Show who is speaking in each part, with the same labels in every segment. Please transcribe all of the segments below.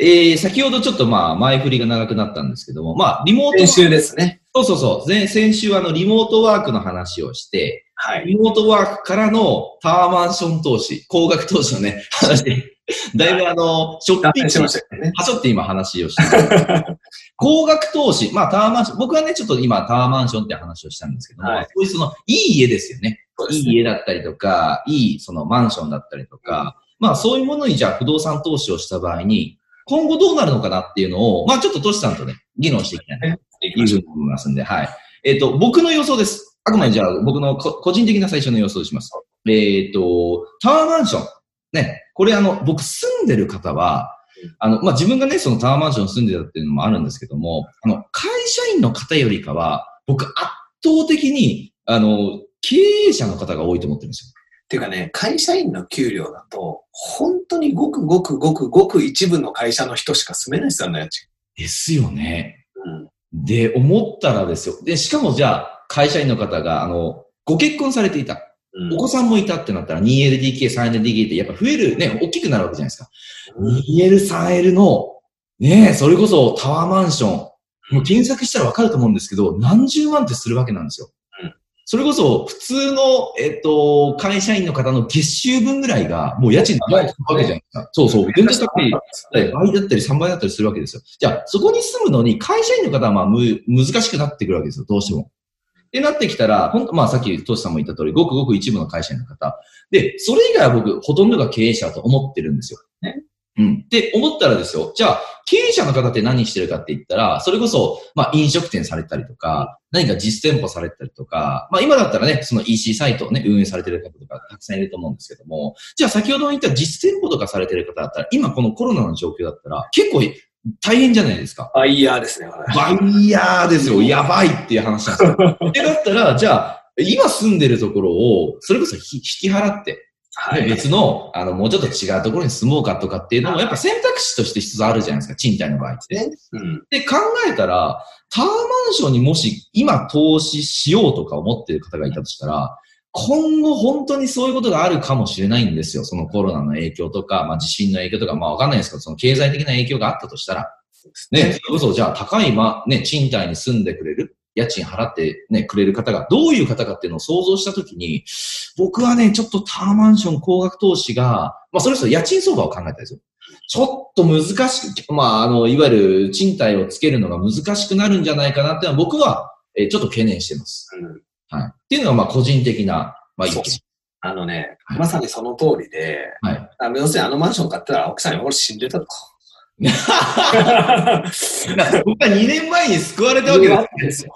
Speaker 1: えー、先ほどちょっとまあ前振りが長くなったんですけども、まあリモート、
Speaker 2: 練習ですね。
Speaker 1: そうそうそう、前先週あのリモートワークの話をして、
Speaker 2: はい。
Speaker 1: リモートワークからのタワーマンション投資、高額投資のね、話で、だいぶあの、ショッ
Speaker 2: 脱
Speaker 1: ピン
Speaker 2: 線
Speaker 1: グ
Speaker 2: しましたけどね。
Speaker 1: はしょって今話をしてる 高額投資、まあタワーマンション、僕はね、ちょっと今タワーマンションって話をしたんですけども、
Speaker 2: はい
Speaker 1: そういうその、いい家ですよね。
Speaker 2: そうで
Speaker 1: い
Speaker 2: すね
Speaker 1: い家だったりとか、いいそのマンションだったりとか、まあそういうものにじゃあ不動産投資をした場合に、今後どうなるのかなっていうのを、まあちょっとトシさんとね、議論していきたいなというふうに思いますんで、はい。えっ、と、僕の予想です。あくまでじゃあ僕のこ個人的な最初の予想をします。えっ、と、タワーマンション。ね、これあの、僕住んでる方は、あの、まあ、自分がね、そのタワーマンションに住んでたっていうのもあるんですけども、あの、会社員の方よりかは、僕圧倒的に、あの、経営者の方が多いと思ってるんです
Speaker 2: っていうかね、会社員の給料だと、本当にごくごくごくごく一部の会社の人しか住めないですよね、家賃
Speaker 1: よ。ですよね。
Speaker 2: うん。
Speaker 1: で、思ったらですよ。で、しかもじゃあ、会社員の方が、あの、ご結婚されていた。
Speaker 2: うん
Speaker 1: お子さんもいたってなったら、2LDK、3LDK ってやっぱ増える、ね、大きくなるわけじゃないですか。
Speaker 2: うん
Speaker 1: 2L、3L の、ねえ、それこそタワーマンション、もう検索したらわかると思うんですけど、何十万ってするわけなんですよ
Speaker 2: うん。
Speaker 1: それこそ、普通の、えっと、会社員の方の月収分ぐらいが、もう家賃の倍するわけじゃないですか。そうそう。全然高い。倍だったり3倍だったりするわけですよ。じゃあ、そこに住むのに、会社員の方はまあ、む、難しくなってくるわけですよ。どうしても。ってなってきたら、ほんと、まあさっき、トシさんも言った通り、ごくごく一部の会社員の方。で、それ以外は僕、ほとんどが経営者だと思ってるんですよ。
Speaker 2: ね
Speaker 1: うん。って思ったらですよ、じゃあ、経営者の方って何してるかって言ったら、それこそ、まあ飲食店されたりとか、何か実店舗されたりとか、まあ今だったらね、その EC サイトをね、運営されてる方とかたくさんいると思うんですけども、じゃあ先ほど言った実店舗とかされてる方だったら、今このコロナの状況だったら、結構大変じゃないですか。
Speaker 2: バイヤーですね、これ
Speaker 1: バイヤーですよ。やばいっていう話なんです よ。ってなったら、じゃあ、今住んでるところを、それこそひ引き払って、
Speaker 2: は
Speaker 1: ね
Speaker 2: い。
Speaker 1: 別の、あの、もうちょっと違うところに住もうかとかっていうのも、
Speaker 2: はい
Speaker 1: やっぱ選択肢として一つあるじゃないですか、賃貸の場合って。
Speaker 2: うん。
Speaker 1: で、考えたら、タワーマンションにもし今投資しようとか思ってる方がいたとしたら、今後本当にそういうことがあるかもしれないんですよ。そのコロナの影響とか、まあ地震の影響とか、まあわかんないですけど、その経済的な影響があったとしたら、ね、それこそじゃあ高い、ま、ね、賃貸に住んでくれる、家賃払ってね、くれる方がどういう方かっていうのを想像したときに、僕はね、ちょっとタワーマンション高額投資が、まあそれこそ家賃相場を考えたんですよ。ちょっと難しく、まあ、あの、いわゆる賃貸をつけるのが難しくなるんじゃないかなっていうのは僕は、えーちょっと懸念してます。
Speaker 2: うん
Speaker 1: はい。っていうのが、まあ、個人的な、まあ、意見
Speaker 2: そう。あのね、
Speaker 1: はい
Speaker 2: まさにその通りで、
Speaker 1: はい
Speaker 2: あの要するにあのマンション買ったら奥さんに俺死んで たと。
Speaker 1: 僕は2年前に救われたわけ
Speaker 2: 言うわ
Speaker 1: で
Speaker 2: けですよ。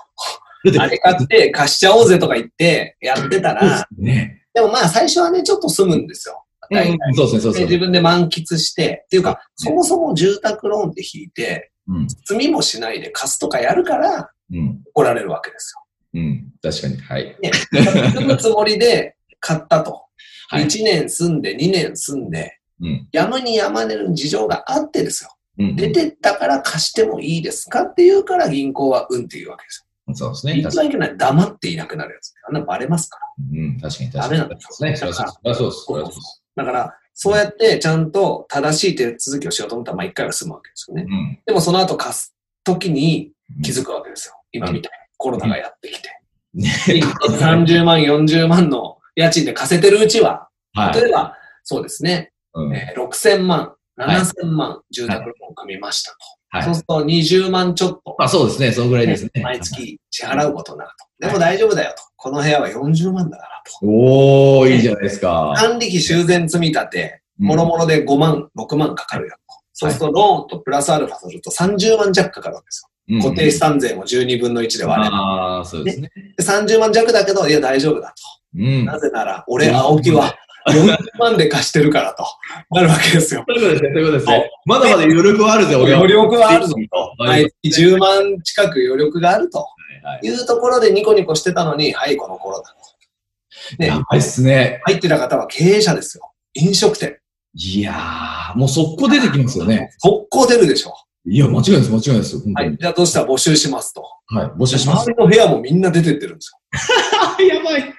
Speaker 1: す。
Speaker 2: あれ買って貸しちゃおうぜとか言ってやってた
Speaker 1: そうです
Speaker 2: ら、
Speaker 1: ね。
Speaker 2: でもまあ最初はね、ちょっと住むんですよ。
Speaker 1: うんうんそうですね、そう
Speaker 2: で
Speaker 1: です
Speaker 2: 自
Speaker 1: ね。
Speaker 2: 分で満喫して、っていうか、そもそも住宅ローンって引いて、
Speaker 1: うん。
Speaker 2: 積みもしないで貸すとかやるから
Speaker 1: うん。
Speaker 2: 怒られるわけです
Speaker 1: うん。確かに。はい。
Speaker 2: よ。積むつもりで買ったと。
Speaker 1: はい
Speaker 2: 1年住んで、2年住んで、
Speaker 1: うん。
Speaker 2: やむにやまねる事情があってですよ。
Speaker 1: うん。
Speaker 2: 出てったから貸してもいいですかって言うから銀行はうんっていうわけです
Speaker 1: そうです
Speaker 2: よ。
Speaker 1: ね。
Speaker 2: 言
Speaker 1: 確
Speaker 2: っち
Speaker 1: か
Speaker 2: ゃいけない。黙っていなくなるやつ。あんなのバレますから。
Speaker 1: に。うん。確かに。
Speaker 2: ダ
Speaker 1: 確
Speaker 2: メな
Speaker 1: か
Speaker 2: ん
Speaker 1: に。
Speaker 2: です
Speaker 1: そう
Speaker 2: よ
Speaker 1: ですね。そりゃそうです。そりゃそうです。
Speaker 2: だから、そうやってちゃんと正しい手続きをしようと思ったら、まあ一回は済むわけですよね。
Speaker 1: うん。
Speaker 2: でもその後貸す時に気づくわけですよ。今みたいに。コロナがやってきて。30万、40万の家賃で貸せてるうちは、
Speaker 1: はい。
Speaker 2: 例えば、そうですね、
Speaker 1: うん
Speaker 2: えー6000万、
Speaker 1: い
Speaker 2: 7000万、住宅ローンを組みましたと。
Speaker 1: はい
Speaker 2: そうすると20万ちょっと、
Speaker 1: まあ、そうですね。そのぐらいですね。
Speaker 2: 毎月支払うことになると。でも大丈夫だよと。この部屋は40万だからと。
Speaker 1: おー、いいじゃないですか。
Speaker 2: 管理費修繕積み立て、もろもろで5万、6万かかるよと。そうすると、ローンとプラスアルファすると30万弱かかるわけです
Speaker 1: うん、
Speaker 2: よ。固定資産税も12分の1で割れる。
Speaker 1: ああ、そうですね。
Speaker 2: で30万弱だけど、いや大丈夫だと。
Speaker 1: うん。
Speaker 2: なぜなら、俺、青木は40万で貸してるからと、なるわけですよ。
Speaker 1: ということですね、ということですね。まだまだ余力はあるぜ、俺は。
Speaker 2: 余力はあるぞと。
Speaker 1: は
Speaker 2: はいい。10万近く余力があると
Speaker 1: はい
Speaker 2: いうところでニコニコしてたのに、はい、このコロナ。
Speaker 1: や
Speaker 2: ね、
Speaker 1: ばいっすね。
Speaker 2: 入ってた方は経営者ですよ。飲食店。
Speaker 1: いやー、もう速攻出てきますよね。
Speaker 2: 速攻出るでしょ。
Speaker 1: いや、間違いないです、間違いないです、本当
Speaker 2: は
Speaker 1: に
Speaker 2: い。。じゃあどうしたら募集しますと。
Speaker 1: はい、募集します
Speaker 2: 周。りの部屋もみんな出てってるんですよ。
Speaker 1: やばい。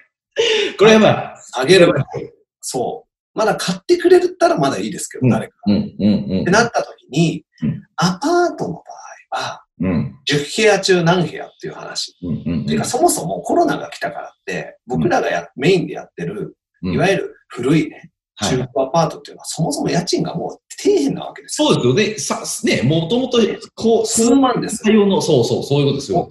Speaker 1: これやばい。
Speaker 2: 下げれば。そう。まだ買ってくれたらまだいいですけど、誰か。
Speaker 1: うん、うん、
Speaker 2: ってなった時に
Speaker 1: うん、
Speaker 2: アパートの場合は、
Speaker 1: うん。うん、
Speaker 2: 10部屋中何部屋っていう話
Speaker 1: うん、うん。
Speaker 2: ていうか、そもそもコロナが来たからって、僕らがや、メインでやってる、
Speaker 1: うん
Speaker 2: いわゆる古いね、
Speaker 1: はい
Speaker 2: 中古アパートっていうのは、そもそも家賃がもう底辺なわけですよ。
Speaker 1: そうですよね。さ、ね、もともと、こう、
Speaker 2: 数万ですよ。
Speaker 1: 対応の、そうそう、そういうことですよ。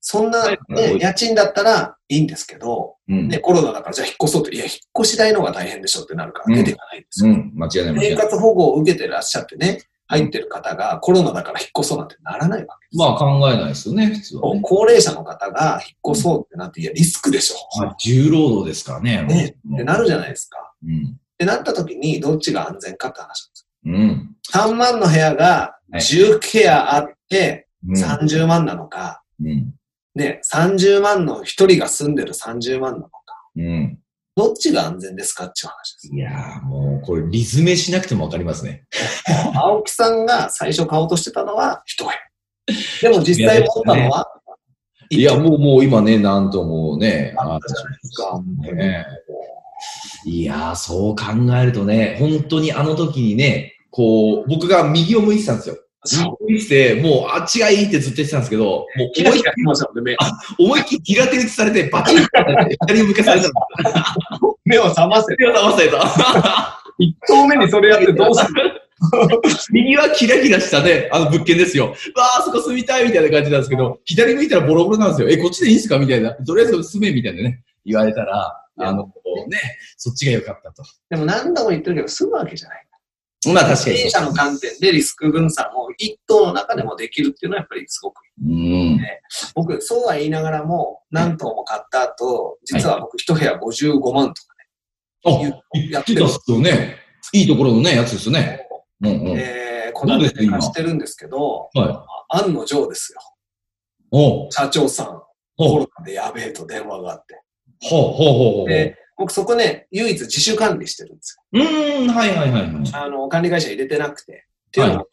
Speaker 2: そんな、ね
Speaker 1: はい、
Speaker 2: 家賃だったらいいんですけど、
Speaker 1: うん。
Speaker 2: ね、コロナだからじゃあ引っ越そうって、いや、引っ越し代の方が大変でしょってなるか
Speaker 1: うん
Speaker 2: ら出ていかないんです
Speaker 1: う
Speaker 2: よ。
Speaker 1: ん、間違いない、間違い
Speaker 2: 生
Speaker 1: ない。
Speaker 2: 活保護を受けてらっしゃってね、入ってる方がコロナだから引っ越そうなんてならないわけですよ。
Speaker 1: まあ考えないですよね、普通はね。
Speaker 2: 高齢者の方が引っ越そうってなって、いや、リスクでしょ。
Speaker 1: まあ、重労働ですからね。
Speaker 2: ね
Speaker 1: うん
Speaker 2: ってなるじゃないですか。
Speaker 1: うん。
Speaker 2: ってなった時に、どっちが安全かって話なんです
Speaker 1: うん。
Speaker 2: よ。3万の部屋が
Speaker 1: はい
Speaker 2: 10ケアあって
Speaker 1: うん
Speaker 2: 30万なのか、
Speaker 1: うん。
Speaker 2: ね、30万の1人が住んでる30万なのか、
Speaker 1: うん。
Speaker 2: どっちが安全ですかっていう話です。
Speaker 1: いやーもう、これ、リズメしなくてもわかりますね。
Speaker 2: 青木さんが最初買おうとしてたのは1部屋。でも実際持ったのは、
Speaker 1: いや、もう、もう今ね、なんともうね、
Speaker 2: あったじゃないですか。
Speaker 1: ねいやー、そう考えるとね、本当にあの時にね、こう、僕が右を向いてたんですよ。
Speaker 2: そう。
Speaker 1: 右を向いてて、もう、あっちがいいってずっと言ってたんですけど、もう
Speaker 2: キラ
Speaker 1: 思い
Speaker 2: キラしましたもんね、
Speaker 1: 思いっきり平手打ちされて、バチンって左を向かされたんで
Speaker 2: 目。目を覚ませ。
Speaker 1: すよ。手を騙された。
Speaker 2: 一投目にそれやってどうする
Speaker 1: 右はキラキラしたね、あの物件ですよ。わあ、そこ住みたいみたいな感じなんですけど、左向いたらボロボロなんですよ。え、こっちでいいですかみたいな。とりあえず住めみたいなね、言われたら、あの、ね、そっちが良かったと。
Speaker 2: でも何度も言ってるけど、住むわけじゃない。
Speaker 1: まあ確か
Speaker 2: 経
Speaker 1: に
Speaker 2: 営
Speaker 1: そ
Speaker 2: 者
Speaker 1: う。
Speaker 2: の観点でリスク分散を一党の中でもできるっていうのはやっぱりすごくいい。
Speaker 1: うん。
Speaker 2: 僕、そうは言いながらも、何棟も買った後、実は僕一部屋55万と
Speaker 1: あ、
Speaker 2: かいうや
Speaker 1: や
Speaker 2: っ
Speaker 1: っててた
Speaker 2: るん
Speaker 1: っ
Speaker 2: です
Speaker 1: すよね。いいところのね、やつですよね。
Speaker 2: よ。
Speaker 1: うんうん。
Speaker 2: えー、こ
Speaker 1: どう
Speaker 2: の
Speaker 1: で
Speaker 2: です
Speaker 1: 今
Speaker 2: 貸してるんですけど、
Speaker 1: はい。
Speaker 2: 案の定ですよ。
Speaker 1: おう
Speaker 2: 社長さん、コ
Speaker 1: ほう
Speaker 2: ロナでやべえと電話があって。
Speaker 1: ほうほうほうほう。
Speaker 2: で、僕そこね、唯一自主管理してるんです
Speaker 1: うーん、はいはいはいはい。
Speaker 2: よ。あの、管理会社入れてなくて。っていうのも、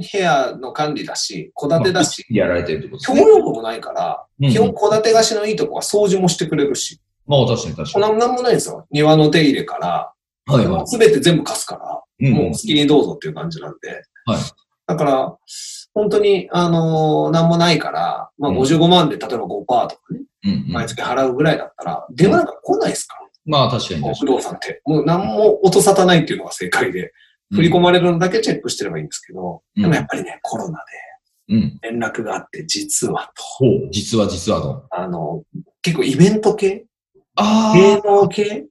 Speaker 2: 一部屋の管理だし、戸建てだし、
Speaker 1: やられてるってこと
Speaker 2: 共
Speaker 1: ですね。
Speaker 2: 用部もないから、
Speaker 1: うん
Speaker 2: 基本戸建て貸しのいいとこは掃除もしてくれるし、
Speaker 1: まあ確かに確か
Speaker 2: なんなんもないんですよ。庭の手入れから、
Speaker 1: に。はい
Speaker 2: も
Speaker 1: は
Speaker 2: うすべて全部貸すから、
Speaker 1: い。うん
Speaker 2: もう
Speaker 1: うん
Speaker 2: 好。きにどうぞっていう感じなんで。
Speaker 1: はい
Speaker 2: だから、本当に、あのーなんもないから、まあ
Speaker 1: うん
Speaker 2: 55万で例えば5%とかね、
Speaker 1: うんう
Speaker 2: 毎
Speaker 1: ん
Speaker 2: 月払うぐらいだったら、電話なんか来ないですか
Speaker 1: まあ確かに
Speaker 2: ら、
Speaker 1: 確か
Speaker 2: 不動産って。もう何も音沙汰ないっていうのが正解で、
Speaker 1: に。
Speaker 2: 振り込まれるのだけチェックしてればいいんですけど、
Speaker 1: うん
Speaker 2: でもやっぱりね、コロナ
Speaker 1: うん。
Speaker 2: で連絡があって、実はと、
Speaker 1: ほう。実は実はと。
Speaker 2: あの、結構イベント系、
Speaker 1: あ
Speaker 2: 芸
Speaker 1: あ、
Speaker 2: 能系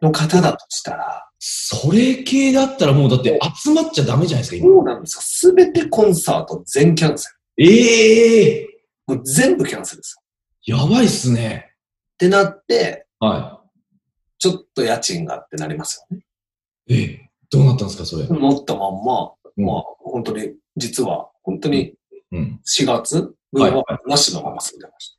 Speaker 2: の方だとしたら、
Speaker 1: それ系だったらもうだって集まっちゃダメじゃないですか、今。
Speaker 2: そうなんですよ。すべてコンサート全キャンセ
Speaker 1: ええ
Speaker 2: ル。もう全部キャンセルですよ。
Speaker 1: やばいっすね。
Speaker 2: ってなって、
Speaker 1: は
Speaker 2: ちょっと家賃がってなりますよね。
Speaker 1: い。え、どうなったんですか、それ。
Speaker 2: 持ったまんま、
Speaker 1: うん
Speaker 2: まあ、本当に、実は、本当に
Speaker 1: うん。
Speaker 2: 4月分は
Speaker 1: はい
Speaker 2: なしのまま住んでました。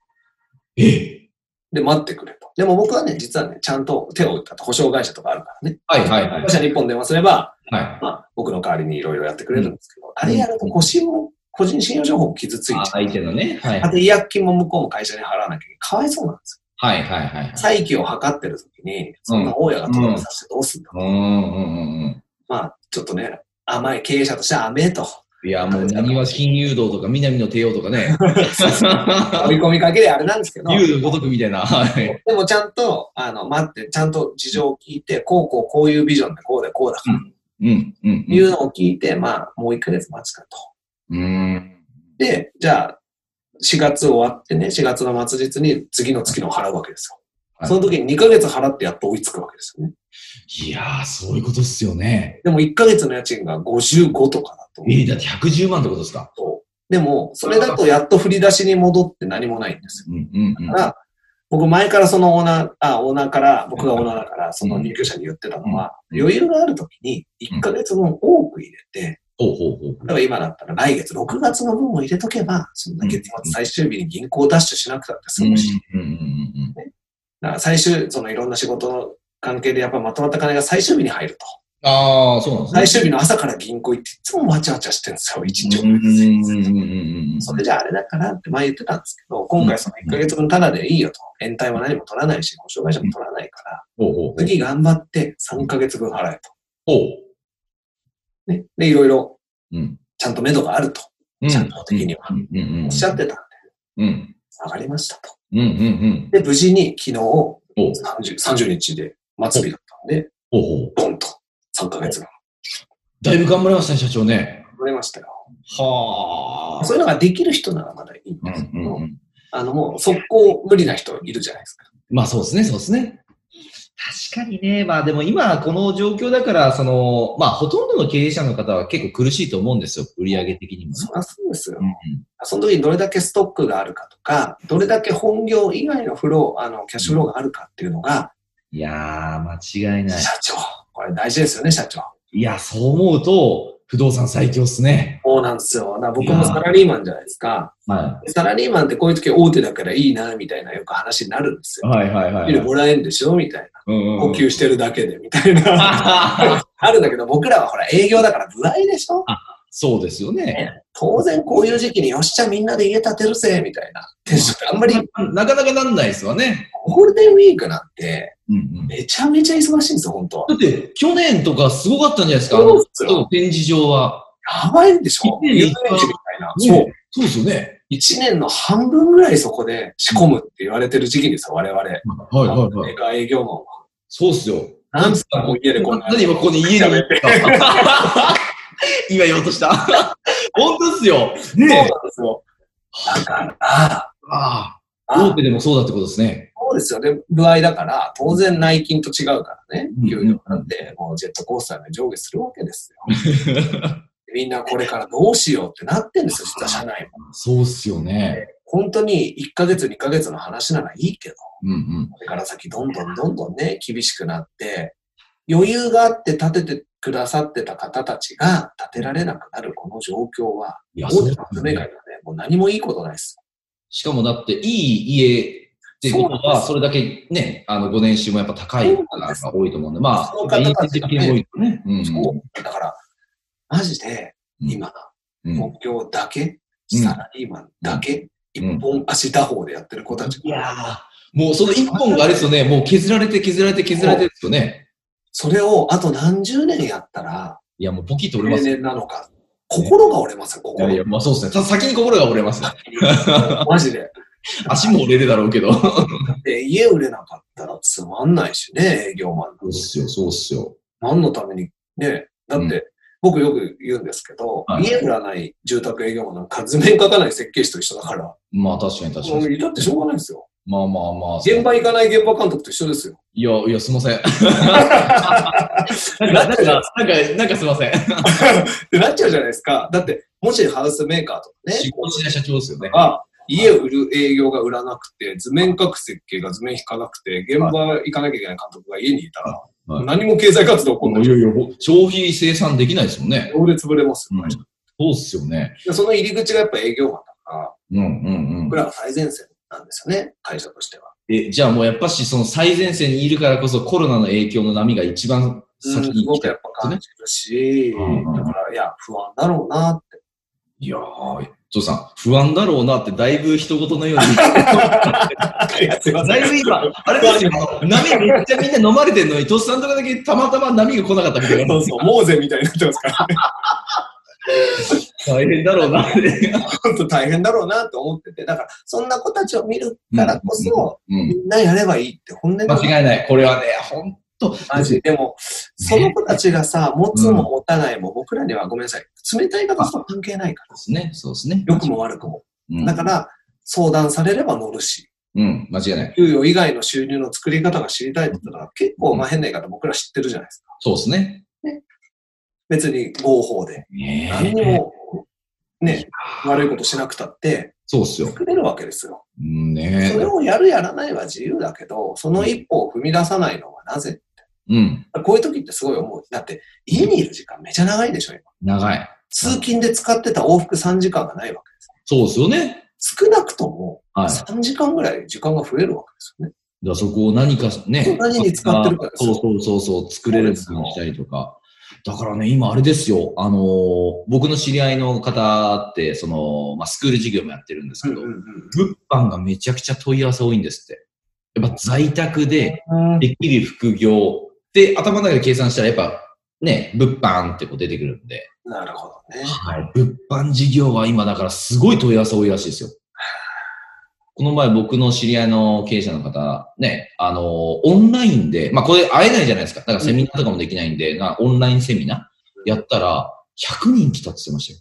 Speaker 1: え
Speaker 2: で、待ってくれと。でも僕はね、実はね、ちゃんと手を打ったと保証会社とかあるからね。
Speaker 1: はいはいはい
Speaker 2: 保。証会社に1本電話すれば、
Speaker 1: はい。
Speaker 2: まあ、僕の代わりにいろいろやってくれるんですけど、あれやると個人も、個人信用情報も傷ついちゃ
Speaker 1: あ
Speaker 2: う。
Speaker 1: 相手のね。はい。
Speaker 2: あと、違約金も向こうも会社に払わなきゃいけない。かわいそうなんですよ。
Speaker 1: はいはいはい。
Speaker 2: 再起を図ってる時に、そんな大家が止めさせてどうすんだ、
Speaker 1: うんうんうんうん。
Speaker 2: まあ、ちょっとね、甘い、経営者としては甘えと。
Speaker 1: いや、もう、何は金融道とか、南の帝王とか ね、
Speaker 2: 飛び込みかけであれなんですけど、
Speaker 1: 竜のごとくみたいな。はい。
Speaker 2: でもちゃんと、あの、待って、ちゃんと事情を聞いて、こうこうこういうビジョンでこうでこうだから、
Speaker 1: うん、うん。
Speaker 2: いうのを聞いて、まあ、もう1ヶ月待つかと。
Speaker 1: うん。
Speaker 2: で、じゃあ、4月終わってね、4月の末日に次の月のを払うわけですよ。
Speaker 1: はい
Speaker 2: その時に2ヶ月払ってやっと追いつくわけですよね。
Speaker 1: いやー、そういうことっすよね。
Speaker 2: でも1ヶ月の家賃が55とかだと。
Speaker 1: えー、だって110万ってことですか
Speaker 2: そうでも、それだとやっと振り出しに戻って何もないんです
Speaker 1: うん、うん、うん
Speaker 2: よ。だから、僕前からそのオーナー、あ、オーナーから、僕がオーナーだから、その入居者に言ってたのは、
Speaker 1: うん
Speaker 2: 余裕がある時に1ヶ月分多く入れて、
Speaker 1: ほうほうほう。
Speaker 2: 例えば今だったら来月6月の分も入れとけば、そんな月末最終日に銀行ダッシュしなくたって済むし、
Speaker 1: うんうんうんうん。
Speaker 2: だから最終、そのいろんな仕事の関係でやっぱまとまった金が最終日に入ると。
Speaker 1: ああ、そうなんですね。
Speaker 2: 最終日の朝から銀行行っていつもわちゃわちゃしてるんですよ、一日
Speaker 1: うんうんうんうんうん。
Speaker 2: それじゃあれだからって前言ってたんですけど、今回その1ヶ月分タダでいいよと。延滞も何も取らないし、保障会社も取らないから、
Speaker 1: ほうほうほう。
Speaker 2: 次頑張って3ヶ月分払え
Speaker 1: ほ
Speaker 2: と。ね。で、いろいろ
Speaker 1: う。うん。
Speaker 2: ちゃんと目処があると、
Speaker 1: うん
Speaker 2: ちゃんと的には
Speaker 1: うんうんうん。
Speaker 2: おっしゃってたん
Speaker 1: う
Speaker 2: で、
Speaker 1: ん。
Speaker 2: 上がりましたと。
Speaker 1: うんうんうん。
Speaker 2: で、無事に昨日
Speaker 1: ほう。
Speaker 2: 30, 30日で末日だったんで、
Speaker 1: ほうほう。
Speaker 2: ドンと3ヶ月分
Speaker 1: だいぶ頑張りましたね、社長ね。
Speaker 2: 取れましたよ。
Speaker 1: は
Speaker 2: そういうのができる人ならまだいいん
Speaker 1: う
Speaker 2: ですけど、
Speaker 1: んうんうん。
Speaker 2: あのもう速攻無理な人いるじゃないですか。
Speaker 1: まあそうですね、そうですね。確かにね、まあでも今この状況だから、その、まあほとんどの経営者の方は結構苦しいと思うんですよ、売上的にもね。
Speaker 2: そりゃそうですよ。
Speaker 1: うん
Speaker 2: その時にどれだけストックがあるかとか、どれだけ本業以外のフロー、あの、キャッシュフローがあるかっていうのが、
Speaker 1: いやー、間違いない。
Speaker 2: 社長、これ大事ですよね、社長。
Speaker 1: いや、そう思うと、不動産最強っすね。
Speaker 2: そうなんですよ。だから僕
Speaker 1: いや
Speaker 2: も
Speaker 1: ー
Speaker 2: サラリーマンじゃないですか。
Speaker 1: は
Speaker 2: サラリーマンってこういう時大手だからいいな、みたいなよく話になるんです
Speaker 1: い。
Speaker 2: よ。
Speaker 1: はいはいはい
Speaker 2: ビール
Speaker 1: はい。
Speaker 2: もらえるんでしょみたいな。
Speaker 1: 呼
Speaker 2: 呼吸してるだけで、みたいな。あるんだけど、僕らはほら営業だから不愛でしょ
Speaker 1: そうですよね。
Speaker 2: 当然こういう時期に、よっしゃ、みんなで家建てるぜ、みたいな。テンションってあんまり、
Speaker 1: なかなかなんないですわね。
Speaker 2: ゴールデンウィークなんて、
Speaker 1: うんうん、だ
Speaker 2: めちゃめちゃ忙しいんですよ、本当は。
Speaker 1: って、去年とかすごかったんじゃないですか、あ
Speaker 2: そう
Speaker 1: の
Speaker 2: っすよ
Speaker 1: 展示場は。
Speaker 2: やばいんでしょ
Speaker 1: 一年に
Speaker 2: 遊園
Speaker 1: 一
Speaker 2: 地
Speaker 1: 回
Speaker 2: みたいな。そう。
Speaker 1: ね。そうですよね。
Speaker 2: 一年の半分ぐらいそこで仕込むって言われてる時期ですよ、我々。
Speaker 1: はいはいはい。
Speaker 2: 映画営業も。
Speaker 1: そうっすよ。
Speaker 2: なんすか、もう家でこんな。
Speaker 1: 何今ここに 家に
Speaker 2: やめて
Speaker 1: 今言おうとした。 本当っすよ。
Speaker 2: そうなん
Speaker 1: ねえ。
Speaker 2: ですよ。だから、あ
Speaker 1: ああ。
Speaker 2: あ
Speaker 1: 大手でもそうだってことですね。
Speaker 2: そうですよね。具合だから、当然内勤と違うからね。
Speaker 1: うん
Speaker 2: 給料なんて、もうジェットコースターが上下するわけですよ。 みんなこれからどうしようってなってんですよ、実は社内も。
Speaker 1: そうっすよね。
Speaker 2: 本当に1ヶ月、2ヶ月の話ならいいけど、
Speaker 1: うんうん。
Speaker 2: これから先どんどんどんどんね、厳しくなって、余裕があって建ててくださってた方たちが建てられなくなるこの状況は、
Speaker 1: いや、
Speaker 2: 大
Speaker 1: そう
Speaker 2: 手
Speaker 1: っ
Speaker 2: の
Speaker 1: すよ
Speaker 2: 発明会
Speaker 1: ね
Speaker 2: がね、もう何もいいことないです。
Speaker 1: しかもだって、いい家ってことは、そ
Speaker 2: そ
Speaker 1: れだけね、あの、5年収もやっぱ高い方が多いと思うんで、まあ
Speaker 2: その、方たちがね
Speaker 1: 多いとね。うん
Speaker 2: そうだから、マジで、今、
Speaker 1: うん
Speaker 2: 目標だけ、
Speaker 1: うん
Speaker 2: サラリーマンだけ、
Speaker 1: うん
Speaker 2: 一本足打法でやってる子たち
Speaker 1: い
Speaker 2: が、
Speaker 1: やーもうその一本があれですよね、もう削られて削られて削られてですよね。
Speaker 2: それをあと何十年やったら、
Speaker 1: いや、もうポキッと折れま
Speaker 2: 定
Speaker 1: すよ。
Speaker 2: 年なのか、心が折れますよ、
Speaker 1: いやい
Speaker 2: 心。
Speaker 1: や、まあそうですね。た先に心が折れ ますね。
Speaker 2: マジで。
Speaker 1: 足も折れるだろうけど。そ
Speaker 2: で、家売れなかったらつまんないしね、営業マン。
Speaker 1: うっすよ、そうっすよ。
Speaker 2: 何のために、ね、だって、
Speaker 1: う
Speaker 2: 僕よく言うんですけど、
Speaker 1: はい
Speaker 2: 家売らない住宅営業マンなんか図面書かない設計士と一緒だから、
Speaker 1: まあ確かに確か
Speaker 2: も
Speaker 1: に。
Speaker 2: うだってしょうがないですよ。
Speaker 1: まあまあまあ。
Speaker 2: 現場行かない現場監督と一緒ですよ。
Speaker 1: いや、いや、すいま せん。なんか、なん
Speaker 2: なっちゃう
Speaker 1: か、なんかなんかすいません。
Speaker 2: ってなっちゃうじゃないですか。だって、もしハウスメーカーとかね、
Speaker 1: 仕事しない社長ですよね。
Speaker 2: が家を売る営業が売らなくて、図面書く設計が図面引かなくて、現場行かなきゃいけない監督が家にいたら、
Speaker 1: はい
Speaker 2: 何も経済活動起こんないい。
Speaker 1: やいや、消費生産できないですもんね。
Speaker 2: 秒で潰れますよ、
Speaker 1: うんそうっすよね。
Speaker 2: でその入り口がやっぱ営業マンだから、
Speaker 1: うんうんう
Speaker 2: 僕
Speaker 1: ん。
Speaker 2: らが最前線なんですよね、会社としては。
Speaker 1: え、じゃあもうやっぱし、その最前線にいるからこそコロナの影響の波が一番
Speaker 2: うん
Speaker 1: 先
Speaker 2: す
Speaker 1: に
Speaker 2: ご
Speaker 1: 来
Speaker 2: く
Speaker 1: て
Speaker 2: やっぱ感じるし、
Speaker 1: うんうん
Speaker 2: だから、いや、不安だろうなって。
Speaker 1: いやー、父さん、不安だろうなって、だいぶ人事のように。だいぶ今、 あれですよ、波めっちゃみんな飲まれてんのに、父さんとかだけたまたま波が来なかったみたいな
Speaker 2: そ。うそう、モーゼみたいになってますから。
Speaker 1: 大変 だろうなって。
Speaker 2: 本当大変だろうなと思ってて、だから、そんな子たちを見るからこそ、
Speaker 1: うん
Speaker 2: みんなやればいいって本音だ
Speaker 1: 間違いない。これはね、ほんと。
Speaker 2: マジでも、その子たちがさ、持つも持たないも、僕らにはごめんなさい、冷たい方とは関係ないか
Speaker 1: ですね。そうですね。
Speaker 2: ら、良くも悪くも。
Speaker 1: うん
Speaker 2: だから、相談されれば乗るし、
Speaker 1: うん、間違いない。
Speaker 2: 給与以外の収入の作り方が知りたいって言ったら、結構、まあ変な言い方、僕ら知ってるじゃないですか。
Speaker 1: そうですね。
Speaker 2: 別に合法で。
Speaker 1: ね
Speaker 2: 何にも、ね、悪いことしなくたって、
Speaker 1: そうっすよ。
Speaker 2: 作れるわけですよ。
Speaker 1: うんね
Speaker 2: それをやるやらないは自由だけど、その一歩を踏み出さないのはなぜ
Speaker 1: うん。
Speaker 2: こういう時ってすごい思う。だって、家にいる時間めちゃ長いでしょ、今。
Speaker 1: 長い。
Speaker 2: 通勤で使ってた往復3時間がないわけです。
Speaker 1: そうですよね。
Speaker 2: 少なくとも
Speaker 1: はい。だか
Speaker 2: 3時間ぐらい時間が増えるわけですよね。
Speaker 1: らそこを何かね。
Speaker 2: 何に使ってるかです
Speaker 1: そう
Speaker 2: よ
Speaker 1: そうそうそう、作れるようにしたりとか。だからね、今あれですよ。あのー僕の知り合いの方って、その、まあ、スクール授業もやってるんですけど、物販がめちゃくちゃ問い合わせ多いんですって。やっぱ在宅で、
Speaker 2: うん
Speaker 1: できる副業で頭の中で計算したらやっぱね、物販ってこう出てくるんで、
Speaker 2: なるほどね。
Speaker 1: はい、物販事業は今だからすごい問い合わせ多いらしいですよ。この前僕の知り合いの経営者の方、ね、あのオンラインで、まあこれ会えないじゃないですか。だからセミナーとかもできないんで、なオンラインセミナーやったら100人来たって言ってましたよ。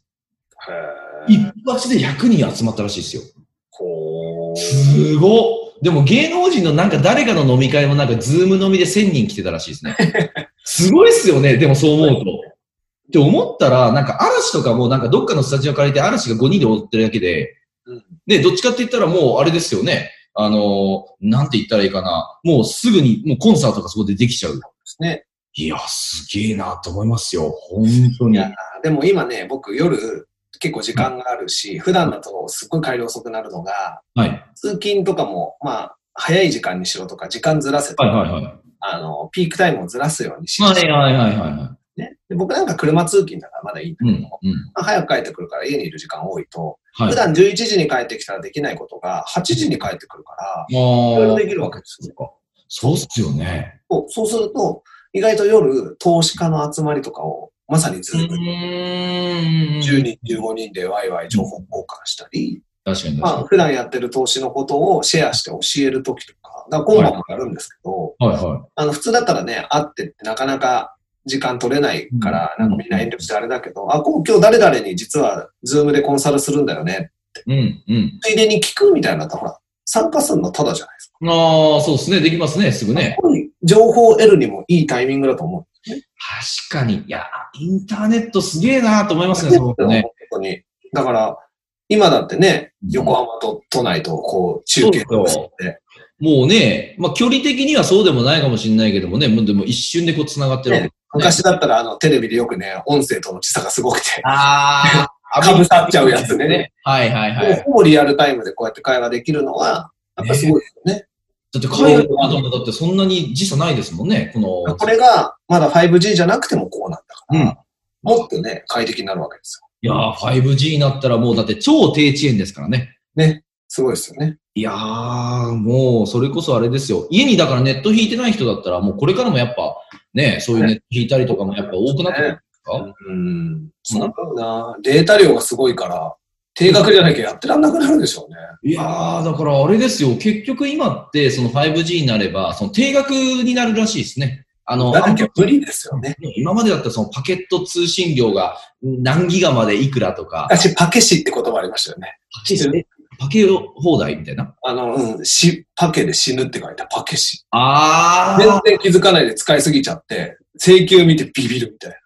Speaker 2: へ
Speaker 1: 一
Speaker 2: ー
Speaker 1: 発で100人集まったらしいですよ。
Speaker 2: こう。
Speaker 1: すごっでも芸能人のなんか誰かの飲み会もなんかズーム飲みで1000人来てたらしいですね。すごいっすよね、でもそう思うと。って思ったら、なんか嵐とかもなんかどっかのスタジオ借りて嵐が5人で踊ってるだけで、
Speaker 2: うん
Speaker 1: で、どっちかって言ったらもうあれですよね。あのーなんて言ったらいいかな。もうすぐに、もうコンサートがそこでできちゃう。
Speaker 2: ね。
Speaker 1: いや、すげえなと思いますよ。本当
Speaker 2: い
Speaker 1: に。
Speaker 2: や、でも今ね、僕夜結構時間があるし、普段だとすっごい帰り遅くなるのが、
Speaker 1: はい。はい
Speaker 2: 通勤とかも、まあ、早い時間にしろとか、時間ずらせと
Speaker 1: はい
Speaker 2: か、
Speaker 1: はい。
Speaker 2: あの、ピークタイムをずらすようにし、
Speaker 1: はいはいはいは
Speaker 2: ね、で僕なんか車通勤だからまだいいんだ
Speaker 1: い。う
Speaker 2: けど、
Speaker 1: ん。うん。
Speaker 2: まあ早く帰ってくるから家にいる時間多いと、
Speaker 1: はい。
Speaker 2: 普段11時に帰ってきたらできないことが8時に帰ってくるから、いろい
Speaker 1: も
Speaker 2: ろ
Speaker 1: う
Speaker 2: できるわけですよね。
Speaker 1: そうっすよね。
Speaker 2: そうそうすると、意外と夜、投資家の集まりとかを、まさにズームで
Speaker 1: 10
Speaker 2: 10人、15人でワイワイ情報交換したり、
Speaker 1: 確かに確
Speaker 2: ま
Speaker 1: か
Speaker 2: あ、普段やってる投資のことをシェアして教えるときとか、だから今晩もやるんですけど、
Speaker 1: に。はいは
Speaker 2: あの、普通だったらね、会ってってなかなか時間取れないから、
Speaker 1: うん
Speaker 2: なんかみんな遠慮してあれだけど、あ、今日誰々に実はズームでコンサルするんだよね。
Speaker 1: い。うん、うん。
Speaker 2: ついでに聞くみたいなのってほら、参加するのただじゃないですか。
Speaker 1: ああ、そうですね。できますね。すぐね。
Speaker 2: こういう情報を得るにもいいタイミングだと思う。
Speaker 1: 確かに。いや、インターネットすげえなと思いますね、そうね。
Speaker 2: 本当に。だから、今だってね
Speaker 1: う、ん
Speaker 2: 横浜と都内とこう、中継
Speaker 1: そう
Speaker 2: 結
Speaker 1: そ
Speaker 2: んで、
Speaker 1: もうね、まあ、距離的にはそうでもないかもしれないけどもね、もうでも一瞬でこう繋がってるわけ。
Speaker 2: 昔だったらあの、テレビでよくね、音声との時差がすごくて、
Speaker 1: ああ
Speaker 2: かぶさっちゃうやつでね。。
Speaker 1: はいはいは
Speaker 2: でも
Speaker 1: い。
Speaker 2: ほぼリアルタイムでこうやって会話できるのは、やっぱすごいですよね。
Speaker 1: だって海外の方々だってそんなに時差ないですもんね、この。
Speaker 2: これが、まだ 5G じゃなくてもこうなんだから、
Speaker 1: うん
Speaker 2: もっとね、快適になるわけですよ。
Speaker 1: いやー、5G になったらもうだって超低遅延ですからね。
Speaker 2: すごいですよね。
Speaker 1: いやー、もう、それこそあれですよ。家にだからネット引いてない人だったら、もうこれからもやっぱ、ね、そういうネット引いたりとかもやっぱ多くなってくるんですか、
Speaker 2: うん。そうだろうな。データ量がすごいから、定額じゃなきゃやってらんなくなるでしょうね。
Speaker 1: いやー、だからあれですよ。結局今って、その 5G になれば、その定額になるらしいですね。あの、
Speaker 2: だらけ無理ですよね。
Speaker 1: 今までだったらそのパケット通信料が何ギガまでいくらとか、
Speaker 2: 私、パケシって言葉ありましたよね。
Speaker 1: パケパケ放題みたいな。
Speaker 2: あの、うん、し、パケで死ぬって書いたパケシ。
Speaker 1: あ
Speaker 2: 全然気づかないで使いすぎちゃって、請求見てビビるみたいな。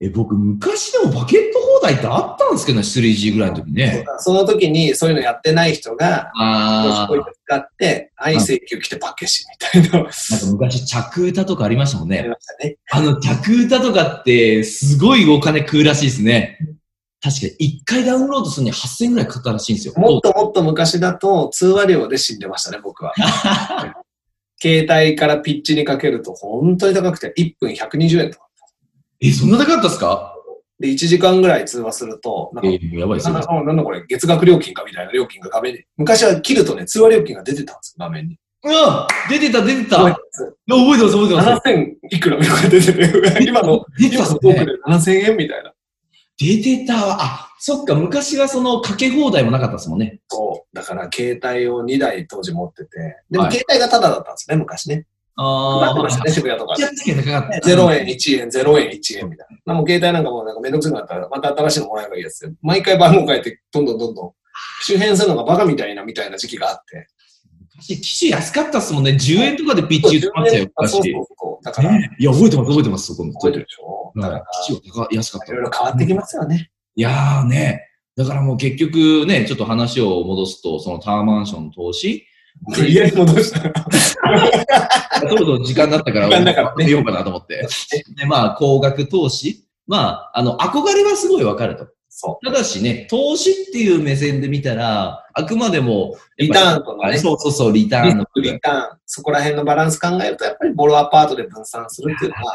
Speaker 1: え、僕昔でもパケット放題ってあったんですけどね、3G ぐらいの時ね。
Speaker 2: その時にそういうのやってない人が、
Speaker 1: あ
Speaker 2: こう
Speaker 1: ー
Speaker 2: いう。の使って、はい、請求来てパケシみたいな。
Speaker 1: なんか昔、着歌とかありましたもん
Speaker 2: あり
Speaker 1: ね。
Speaker 2: ましたね。
Speaker 1: あの、着歌とかって、すごいお金食うらしいですね。確かに、1回ダウンロードするのに8000円くらいかかったらしいんですよ。
Speaker 2: もっともっと昔だと、通話料で死んでましたね、僕は。 携帯からピッチにかけると、本当に高くて、1分120円とか。
Speaker 1: え、そんな高かったですか
Speaker 2: で、1時間ぐらい通話すると、なん
Speaker 1: え
Speaker 2: か、
Speaker 1: やばいですよ。
Speaker 2: なんだあなんだこれ、月額料金かみたいな料金が画面に。昔は切るとね、通話料金が出てたんですよ、画面に。
Speaker 1: うわ出てた、出てた。
Speaker 2: 覚え
Speaker 1: 覚
Speaker 2: てます
Speaker 1: えてます、覚えてます。
Speaker 2: 7000いくらみたいなのが出 てて、今の、
Speaker 1: 出て
Speaker 2: 今
Speaker 1: た
Speaker 2: の
Speaker 1: っす
Speaker 2: トーク
Speaker 1: ね
Speaker 2: で7000円みたいな。
Speaker 1: 出てたわ。あ、そっか、昔はその、かけ放題もなかったですもんね。
Speaker 2: そう。だから、携帯を2台当時持ってて、でも
Speaker 1: はい
Speaker 2: 携帯がタダだったんですね、昔ね。配
Speaker 1: あ
Speaker 2: ってましたね、
Speaker 1: ー。
Speaker 2: 渋谷とかで。
Speaker 1: 確かに高かった。
Speaker 2: 0円、1円、0円、1円みたいな。もう携帯なんかもうなんかめんどくさくなったら、また新しいのもらえばいいやつで。毎回番号変えて、どんどんどんどん、周辺するのがバカみたいなみたいな時期があって。
Speaker 1: 昔、機種安かったですもんね。10円とかでピッチ打ってましたよ、
Speaker 2: あそうそう
Speaker 1: 昔。
Speaker 2: そう。だから、
Speaker 1: ねいや、覚えてます、覚えてます、そこの。
Speaker 2: 覚えてるでしょだから、
Speaker 1: はい基地は高安かっ
Speaker 2: い
Speaker 1: た。
Speaker 2: ろいろ変わってきますよね。
Speaker 1: いやーね、だからもう結局ね、ちょっと話を戻すと、そのタワーマンションの投資、
Speaker 2: 無理やり戻した。
Speaker 1: そろそろ時間だったから、
Speaker 2: 時間だからね
Speaker 1: 出ようかなと思って。で、まあ、高額投資。まあ、あの、憧れはすごいわかると。
Speaker 2: そ
Speaker 1: ただしね、投資っていう目線で見たら、あくまでも、
Speaker 2: う。リターンとかね、
Speaker 1: そうそうそう、リタ
Speaker 2: リ
Speaker 1: ーンの
Speaker 2: スクリターン、そこら辺のバランス考えると、やっぱりボロアパートで分散するっていうのは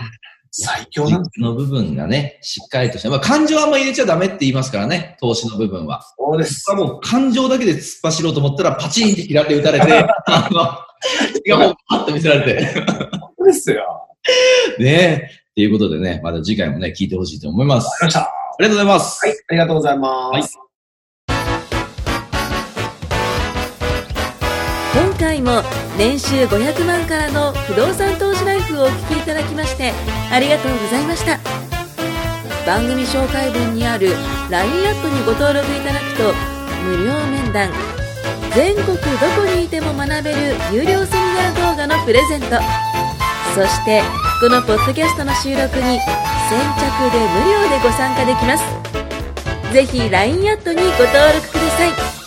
Speaker 2: 最強なんだ。
Speaker 1: の部分がね、しっかりとして、まあ、感情あんま入れちゃダメって言いますからね、投資の部分は。
Speaker 2: そうです。
Speaker 1: 僕はもう感情だけで突っ走ろうと思ったら、パチンって嫌って打たれ て、あの、血がもうパッと見せられて。
Speaker 2: そうですよ。
Speaker 1: ねえ。ということでね、また次回もね、聞いてほしいと思います。
Speaker 2: ありがとうございました。
Speaker 1: ありがとうございます。
Speaker 2: はい、ありがとうございます。
Speaker 3: 今回も年収500万からの不動産投資ライフをお聞きいただきましてありがとうございました番組紹介文にある LINE アップにご登録いただくと無料面談全国どこにいても学べる有料セミナー動画のプレゼントそしてこのポッドキャストの収録に先着で無料でご参加できますぜひ LINE アットにご登録ください